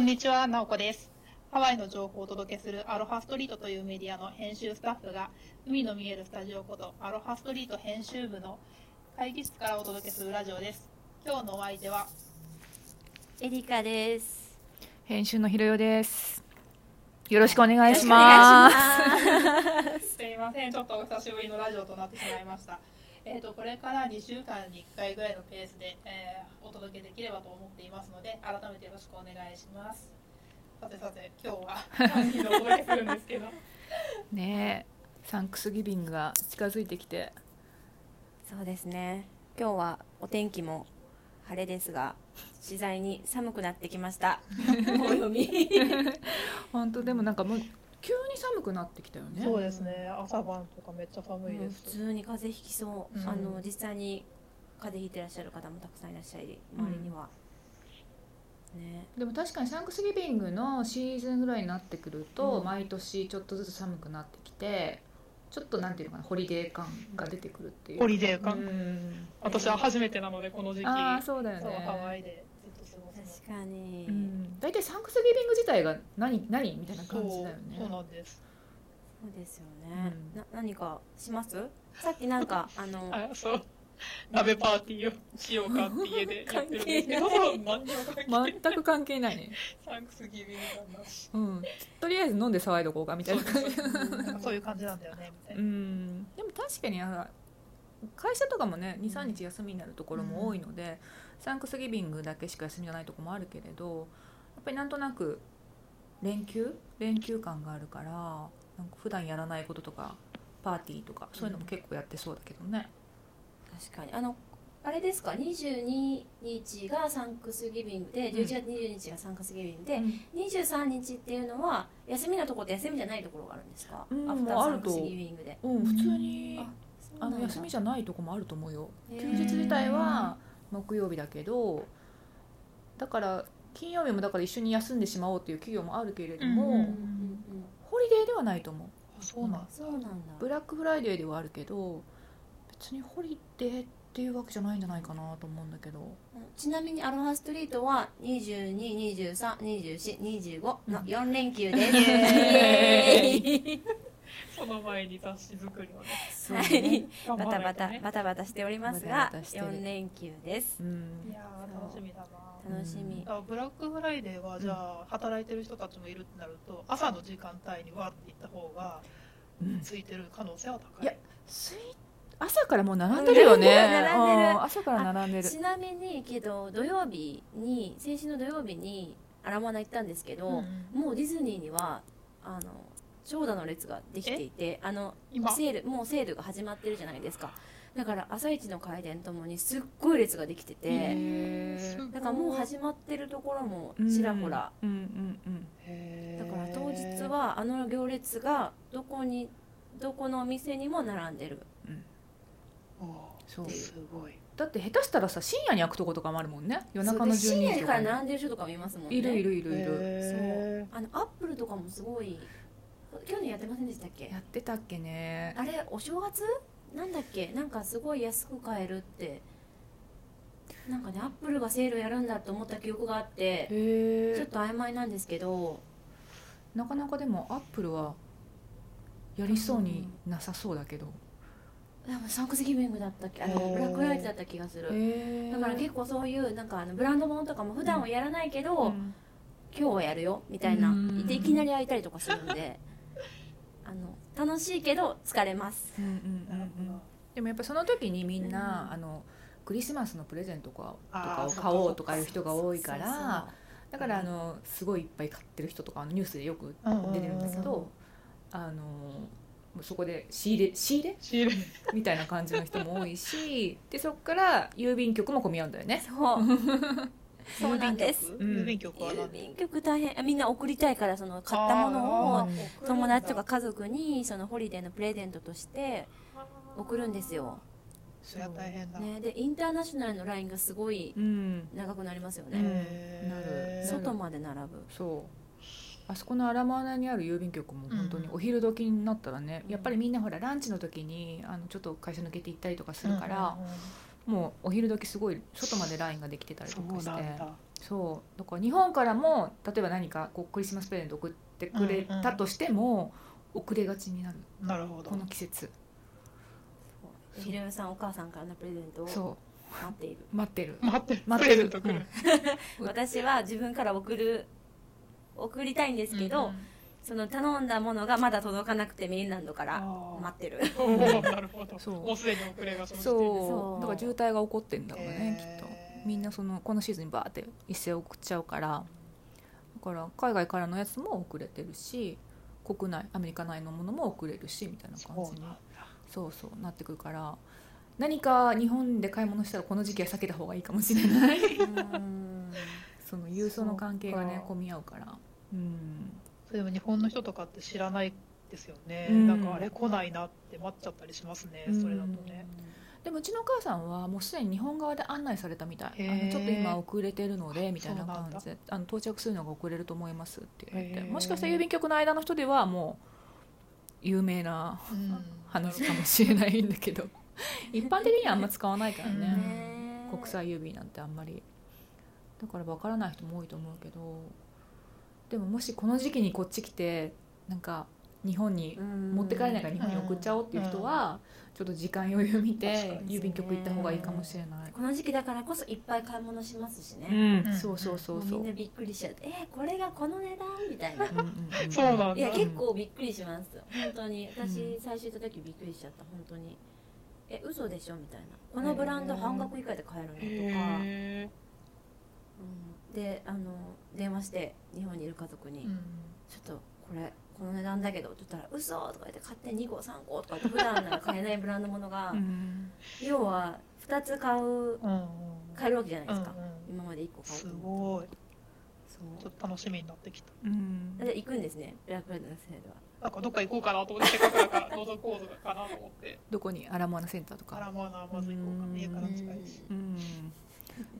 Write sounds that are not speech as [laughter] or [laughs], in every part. んにちは、なおこです。ハワイの情報をお届けするアロハストリートというメディアの編集スタッフが、海の見えるスタジオことアロハストリート編集部の会議室からお届けするラジオです。今日のお相手は、エリカです。編集のひろよです。よろしくお願いしお願まいす。します。すいません、ちょっとお久しぶりのラジオとなってしまいました。えっ、と、これから2週間に1回ぐらいのペースで、えーお届けできればと思っていますので、改めてよろしくお願いします。さてさて、今日は、何人お届けするんですけど、ねえ、サンクスギビングが近づいてきて、そうですね。今日はお天気も晴れですが、次第に寒くなってきました。お読み。本当でもなんかもう急に寒くなってきたよ [laughs] ね。そうですね、朝晩とかめっちゃ寒いもうで普す。通に風邪ひきそう。うんあの実際に風邪ひいてらっしゃる方もたくさんいらっしゃい、周りには。ね。でも確かにサンクスギビングのシーズンぐらいになってくると、うん毎年ちょっとずつ寒くなってきて、ちょっとなんていうのかなホリデー感が出てくるっていう。ホリデー感うん私は初めてなので、この時期、ああそうだよそうハワね。イでずっと過ごす確かに。うん大体サンクスギビング自体が何何みたいなの。感じだよそね。うそうなんです。そうですよね。うんな何かします？さっきなんかあの。あ、そう。鍋パーティーをしようかって家でやってるんですけ関ど、係ない [laughs] 何にも関係ない。全く関係ないね。サンクスギビングなんだし。うん、とりあえず飲んで騒いどこうかみたいな感じそうそういう感じなんだよね、みたいうな。んでも確かにあ会社とかもね23日休みになるところも多いので、サンクスギビングだけしか休みがないところもあるけれどやっぱりなんとなく連休連休感があるからなんか普段やらないこととかパーティーとかそういうのも結構やってそうだけどね。確かにあのあれですか22日がサンクスギビングでうん11月22日がサンクスギビングで、うん23日っていうのは休みのところと休みじゃないところがあるんですか、うんアフターもうあサるンとクスギビングでうん、普通にあの休みじじゃないとこもあると思うよへー休日自体は木曜日だけどだから金曜日もだから一緒に休んでしまおうという企業もあるけれども、うんうんうんうんホリデーではないと思うあそうなんです。そうなんだブラックフライデーではあるけど別にホリデーっていうわけじゃないんじゃないかなと思うんだけどちなみにアロハストリートは22232425の4連休です、イエイエーイその前に雑誌作りをね、そうはねい頑バ張タらなバいとタねバタバタしておりますバがタバタしてる4連休ですうんいやー、楽しみだな。楽しみ、あブラックフライデーはじゃあ働いてる人たちもいるってなると朝の時間帯にわーって行った方がうんついてる可能性は高いいやすい朝からもう並んでるよね並んでるうん朝から並んでるちなみにけど土曜日に先週の土曜日にアラモアナ行ったんですけど、うんうんもうディズニーにはあの長蛇の列ができていてあの今セールもうセールが始まってるじゃないですかだから朝一の開店ともにすっごい列ができてて、へーだからもう始まってるところもちらほら、うんうんうんだから当日はあの行列がどこにどこのお店にも並んでるそうすごいだって下手したらさ深夜に開くとことかもあるもんね夜中の12時そうとでか深夜から並んでる人とかもいますもんねいるいるいるいるへあのアップルとかもすごい去年やってませんでしたっけやってたっけねあれお正月なんだっけなんかすごい安く買えるってなんかねアップルがセールやるんだと思った記憶があってへちょっえと曖昧なんですけどなかなかでもアップルはやりそうになさそうだけど多分サンクスギビングだったっけあのへーブラックフライデーだった気がするへえだから結構そういうなんかあのブランド物とかも普段はやらないけど、うん今日はやるよみたいなうんでいきなり開いたりとかするんであの楽しいけど疲れ [laughs] ますうんうんーなるうほんうんどでもやっぱその時にみんな、うんあのクリスマスのプレゼントとかとあーかをそっか買おうとかいう人が多いかそうそうらだからあうんのすごいいっぱい買ってる人とかあのニュースでよくうんうんうん出てるんだけそうどあのもうそこで仕入れ仕入れ仕入れみたいな感じの人も多いしでそこから郵便局も混み合うんだよねそうそうそうなんです郵便局うん郵便局は郵何便局大変あみんな送りたいからその買ったものあをー友達とか家族にそのホリデーのプレゼントとして送るんですよ、そりゃ大変だ、ね、でインターナショナルのラインがすごいうん長くなりますよね、へーなる外まで並ぶそうあそこのアラモアナにある郵便局も本当にうんお昼時になったらね、うんやっぱりみんなほらランチの時にあのちょっと会社抜けて行ったりとかするから、うんうんうんもうお昼時すごい外までラインができてたりとそかうしてなんだそうだから日本からも例えば何かこうクリスマスプレゼント送ってくれたとしても、遅れがちになるなるほどこの季節ひろゆさんお母さんからのプレゼントを待そっているう待ってる待ってる待ってプレゼるント来る、うん私は自分から送る送りたいんですけど、うんその頼んだものがまだ届かなくてメインランドからあー待ってるおー [laughs] なるほどそうもうすでに遅れが生じてるそそううだから渋滞が起こってんだろうね、きっとえーみんなそのこのシーズンにバーって一斉送っちゃうからだから海外からのやつも遅れてるし国内アメリカ内のものも遅れるしみたいなそ感うじになんだそうそうなってくるから何か日本で買い物したらこの時期は避けた方がいいかもし [laughs] れないその郵送の関係がそうねか混み合うからうんそれでも日本の人とかって知らないですよね、うんなんかあれ来ないなって待っちゃったりしますね、それだとねでもうちのお母さんはもうすでに日本側で案内されたみたいへあーのちょっと今遅れてるのでみたいなそうなん感だじであの到着するのが遅れると思いますって言われてへーもしかしたら郵便局の間の人ではもう有名な話かもしれないんだけど一般的にはあんま使わないからねね国際郵便なんてあんまりだからわからない人も多いと思うけどでももしこの時期にこっち来てなんか日本に持持って帰れないから日本に送っちゃおうっていう人はちょっと時間余裕見確かてに郵便局行った方がいいかもしれない。この時期だからこそいっぱい買い物しますしね、うん、そうそうそうそもうみう。うんんなびっくりしちゃってえこれがこの値段みたいなうんそうなんだいや結構びっくりします本当に私最初行った時びっくりしちゃった本当にえ嘘でしょみたいなこのブランド半額以下で買えるのとか、へうん、であの電話して日本にいる家族に、ーうんちょっとこれこの値段だけどって言ったら「嘘とか言って買って2個3個とか言って普段なら買えないブランドものが、うん要は2つ買ううんうん買えるわけじゃないですか、うんうん今まで1個買うすと思うごいちそょっと楽しみになってきたうんうで行くんですねブラックフライデーのせいではなんかどっか行こうかなと思ってせっかくだから覗こうかなと思ってどこにアラモアナセンターとあ。からまあなまず行こうかうんな家から近いしうん。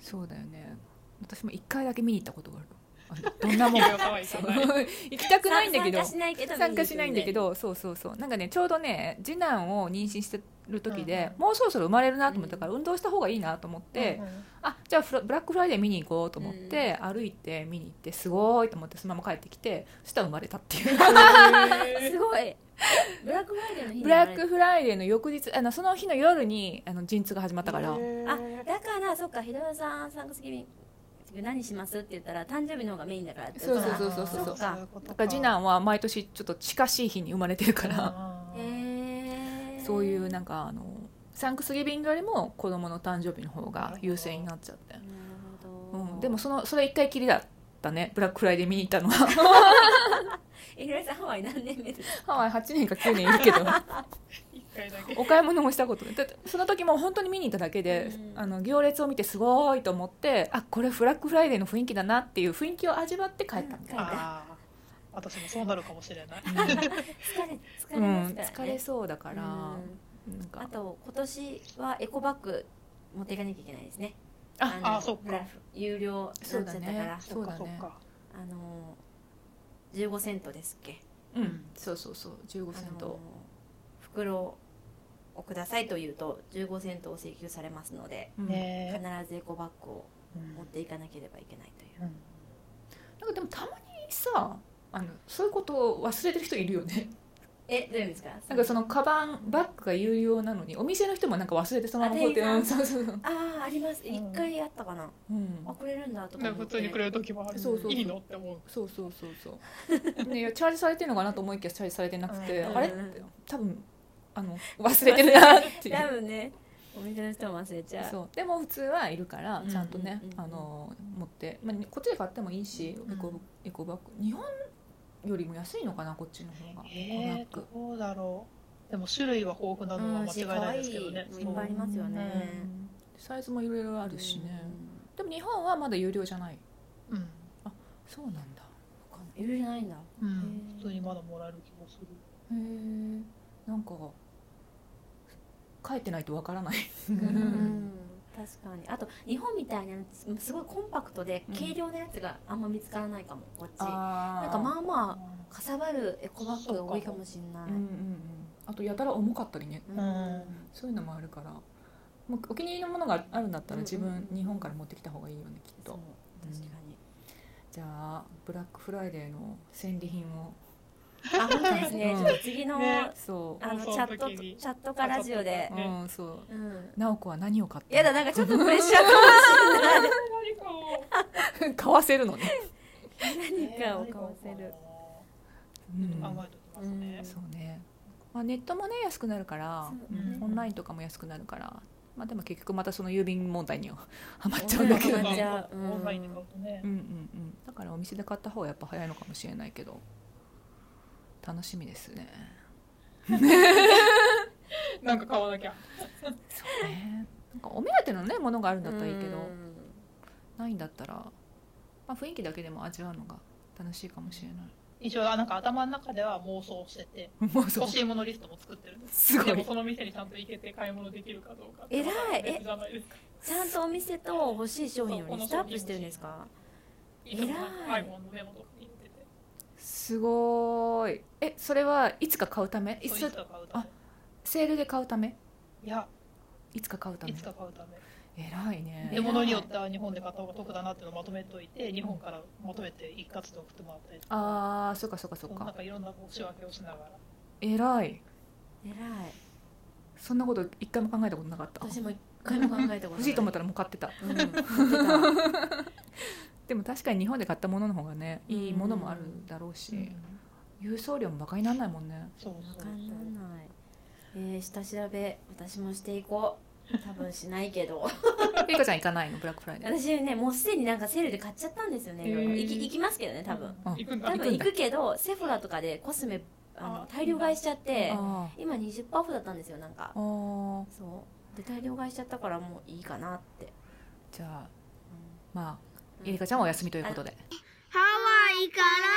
そうだよね。私も一回だけ見に行ったことがある。あのどんなもん。そう行きたくないんだけど。参加しないけど参加しないんだけどどそうそうそうなんかねちょうどね次男を妊娠してる時で、うんもうそろそろ生まれるなと思ったから、運動した方がいいなと思って、あじゃあフラブラックフライデー見に行こうと思って、歩いて見に行ってすごいと思ってそのまま帰ってきてそしたら生まれたっていうすごいブラックフライデーの日に [laughs] ブラックフライデーの翌日あのその日の夜にあの陣痛が始まったから、あだからそっかひろゆさんサンクスギビング何しますって言ったら誕生日の方がメインだからってそうそうそうそうそうそっかだから次男は毎年ちょっと近しい日に生まれてるから、へえそういうなんかんかあのサンクスギビングよりも子供の誕生日の方が優先になっちゃってなるほど、うん、でもそのそれ一回きりだったねブラックフライデー見に行ったのは [laughs] えひろゆさんハワイ何年目ですかハワイ8年か9年いる [laughs] けど一回だけお買い物もしたことないだってその時も本当に見に行っただけで、うんあの行列を見てすごいと思ってあこれブラックフライデーの雰囲気だなっていう雰囲気を味わって帰ったんだよ、ああ私もそうなるかもしれない疲れ疲うれんま [laughs] うんすから、ね疲れそうだから、うんなんあかと今年はエコバッグ持っていかなきゃいけないですねあのあそっかブラフ有料になっちゃったから、そうだねそっかそっかあの15セントですっけうんそうそうそう15センあのト、袋をくださいと言うと15セントを請求されますのでうん必ねずエコバッグをえ持っていかなければいけないといううんなんかでもたまにさあのそういうことを忘れてる人いるよねえどういうんですかなんかそのカバンバッグが有料なのにお店の人もなんか忘れてそのまま放ってあうん店員そうそうそう、ああありますん一回あったかな、うんあ、くれるんだとかね思普って通にくれる時もあるそうそうそういいのって思うそうそうそうそう、ね、いやチャージされてるのかなと思いきやチャージされてなくて、うんあれうんうんって多分あの忘れてるなってい多う。分ねお店の人も忘れちゃうそうでも普通はいるからちゃんとね、うんうんうんうんあの持って、まあ、こっちで買ってもいいし、うんエコエコバッグ日本よりも安いのかなこっちの方が、えエーコバッグどうだろうでも種類は豊富なのはうん間違いないですけどねし可愛いいっぱいありますよねうんサイズもいろいろあるしね、うんでも日本はまだ有料じゃないうんそうなんだわかんないいろいろないんだうん普通にまだもらえる気もするへえなんか書いてないとわからない、うん確かにあと日本みたいなすごいコンパクトでうん軽量なやつがあんま見つからないかもこっちなあーんかまあまああかさばるエコバッグが多いかもしれなうんうんうんあとやたら重かったりねいうんうんそういうのもあるからもうお気に入りのものがあるんだったら自うんうん分うん日本から持ってきた方がいいよねきっそうと確かに、じゃあブラックフライデーの戦利品をあ本当ですねうんちょっと次の、ねそあのチ放ャ送ッのトと時チにャットかラジオでう、ねうんそううん、直子は何を買ったやだなんかちょっとプレッシャーかもしれない何かを [laughs] 買わせるのね、何かを買わせる。うん考えておきますね。そうね、まあ、ネットもね安くなるから、そううんうんオンラインとかも安くなるから、まあ、でも結局またその郵便問題には [laughs] はまっちゃうんだけどオンラインじね、ゃあうんオンラインで買うとねう。んうんうん、だからお店で買った方がやっぱ早いのかもしれないけど楽しみですねなんか買わなきゃ。そうねなんかお目当てのねものがあるんだったらいいけど、うんないんだったら、まあ、雰囲気だけでも味わうのが楽しいかもしれな一応なんか頭の中では妄想してて、いもうそう欲しいものリストも作ってるんです。すごでもいその店にちゃんと行けて買い物できるかどうか。偉いえ別じゃないですか。ちゃんとお店と欲しい商品をリストアップしてるんですかいつもなんか偉い iPhone のメモとかに入れてて。すごーいえそれはいつか買うためいそういつつか買うためあ。セールで買うためいや、いつか買うためいつか買うため。偉いねで、物によっては日本で買った方が得だなっていうのをまとめといて、日本からまとめて一括で送ってもらったりとか。ああそうかそうかそうなんかかいろんなこう仕分けをしながら。偉い偉いそんなこと一回も考えたことなかった私も一回も考えたことない欲しいと思ったらもう買ってたうん言ってでも確かに日本で買ったものの方がねいいものもあるだろうし、郵送料もバカにならないもんね [laughs] そうたそうわそかうんないえー、下調べ私もしていこう多分しないけどゆいかちゃん行かないのブラックフライデー私ねもうすでになんかセールで買っちゃったんですよねいろいろへー行き行きますけどね多分うん行くんだ多分行行くんだくけどセフォラとかでコスメあのあ大量買いしちゃってあ今20%オフだったんですよなんかーあーそうで大量買いしちゃったからもういいかなって、じゃあうまあんゆいかちゃんはお休みということでハワイから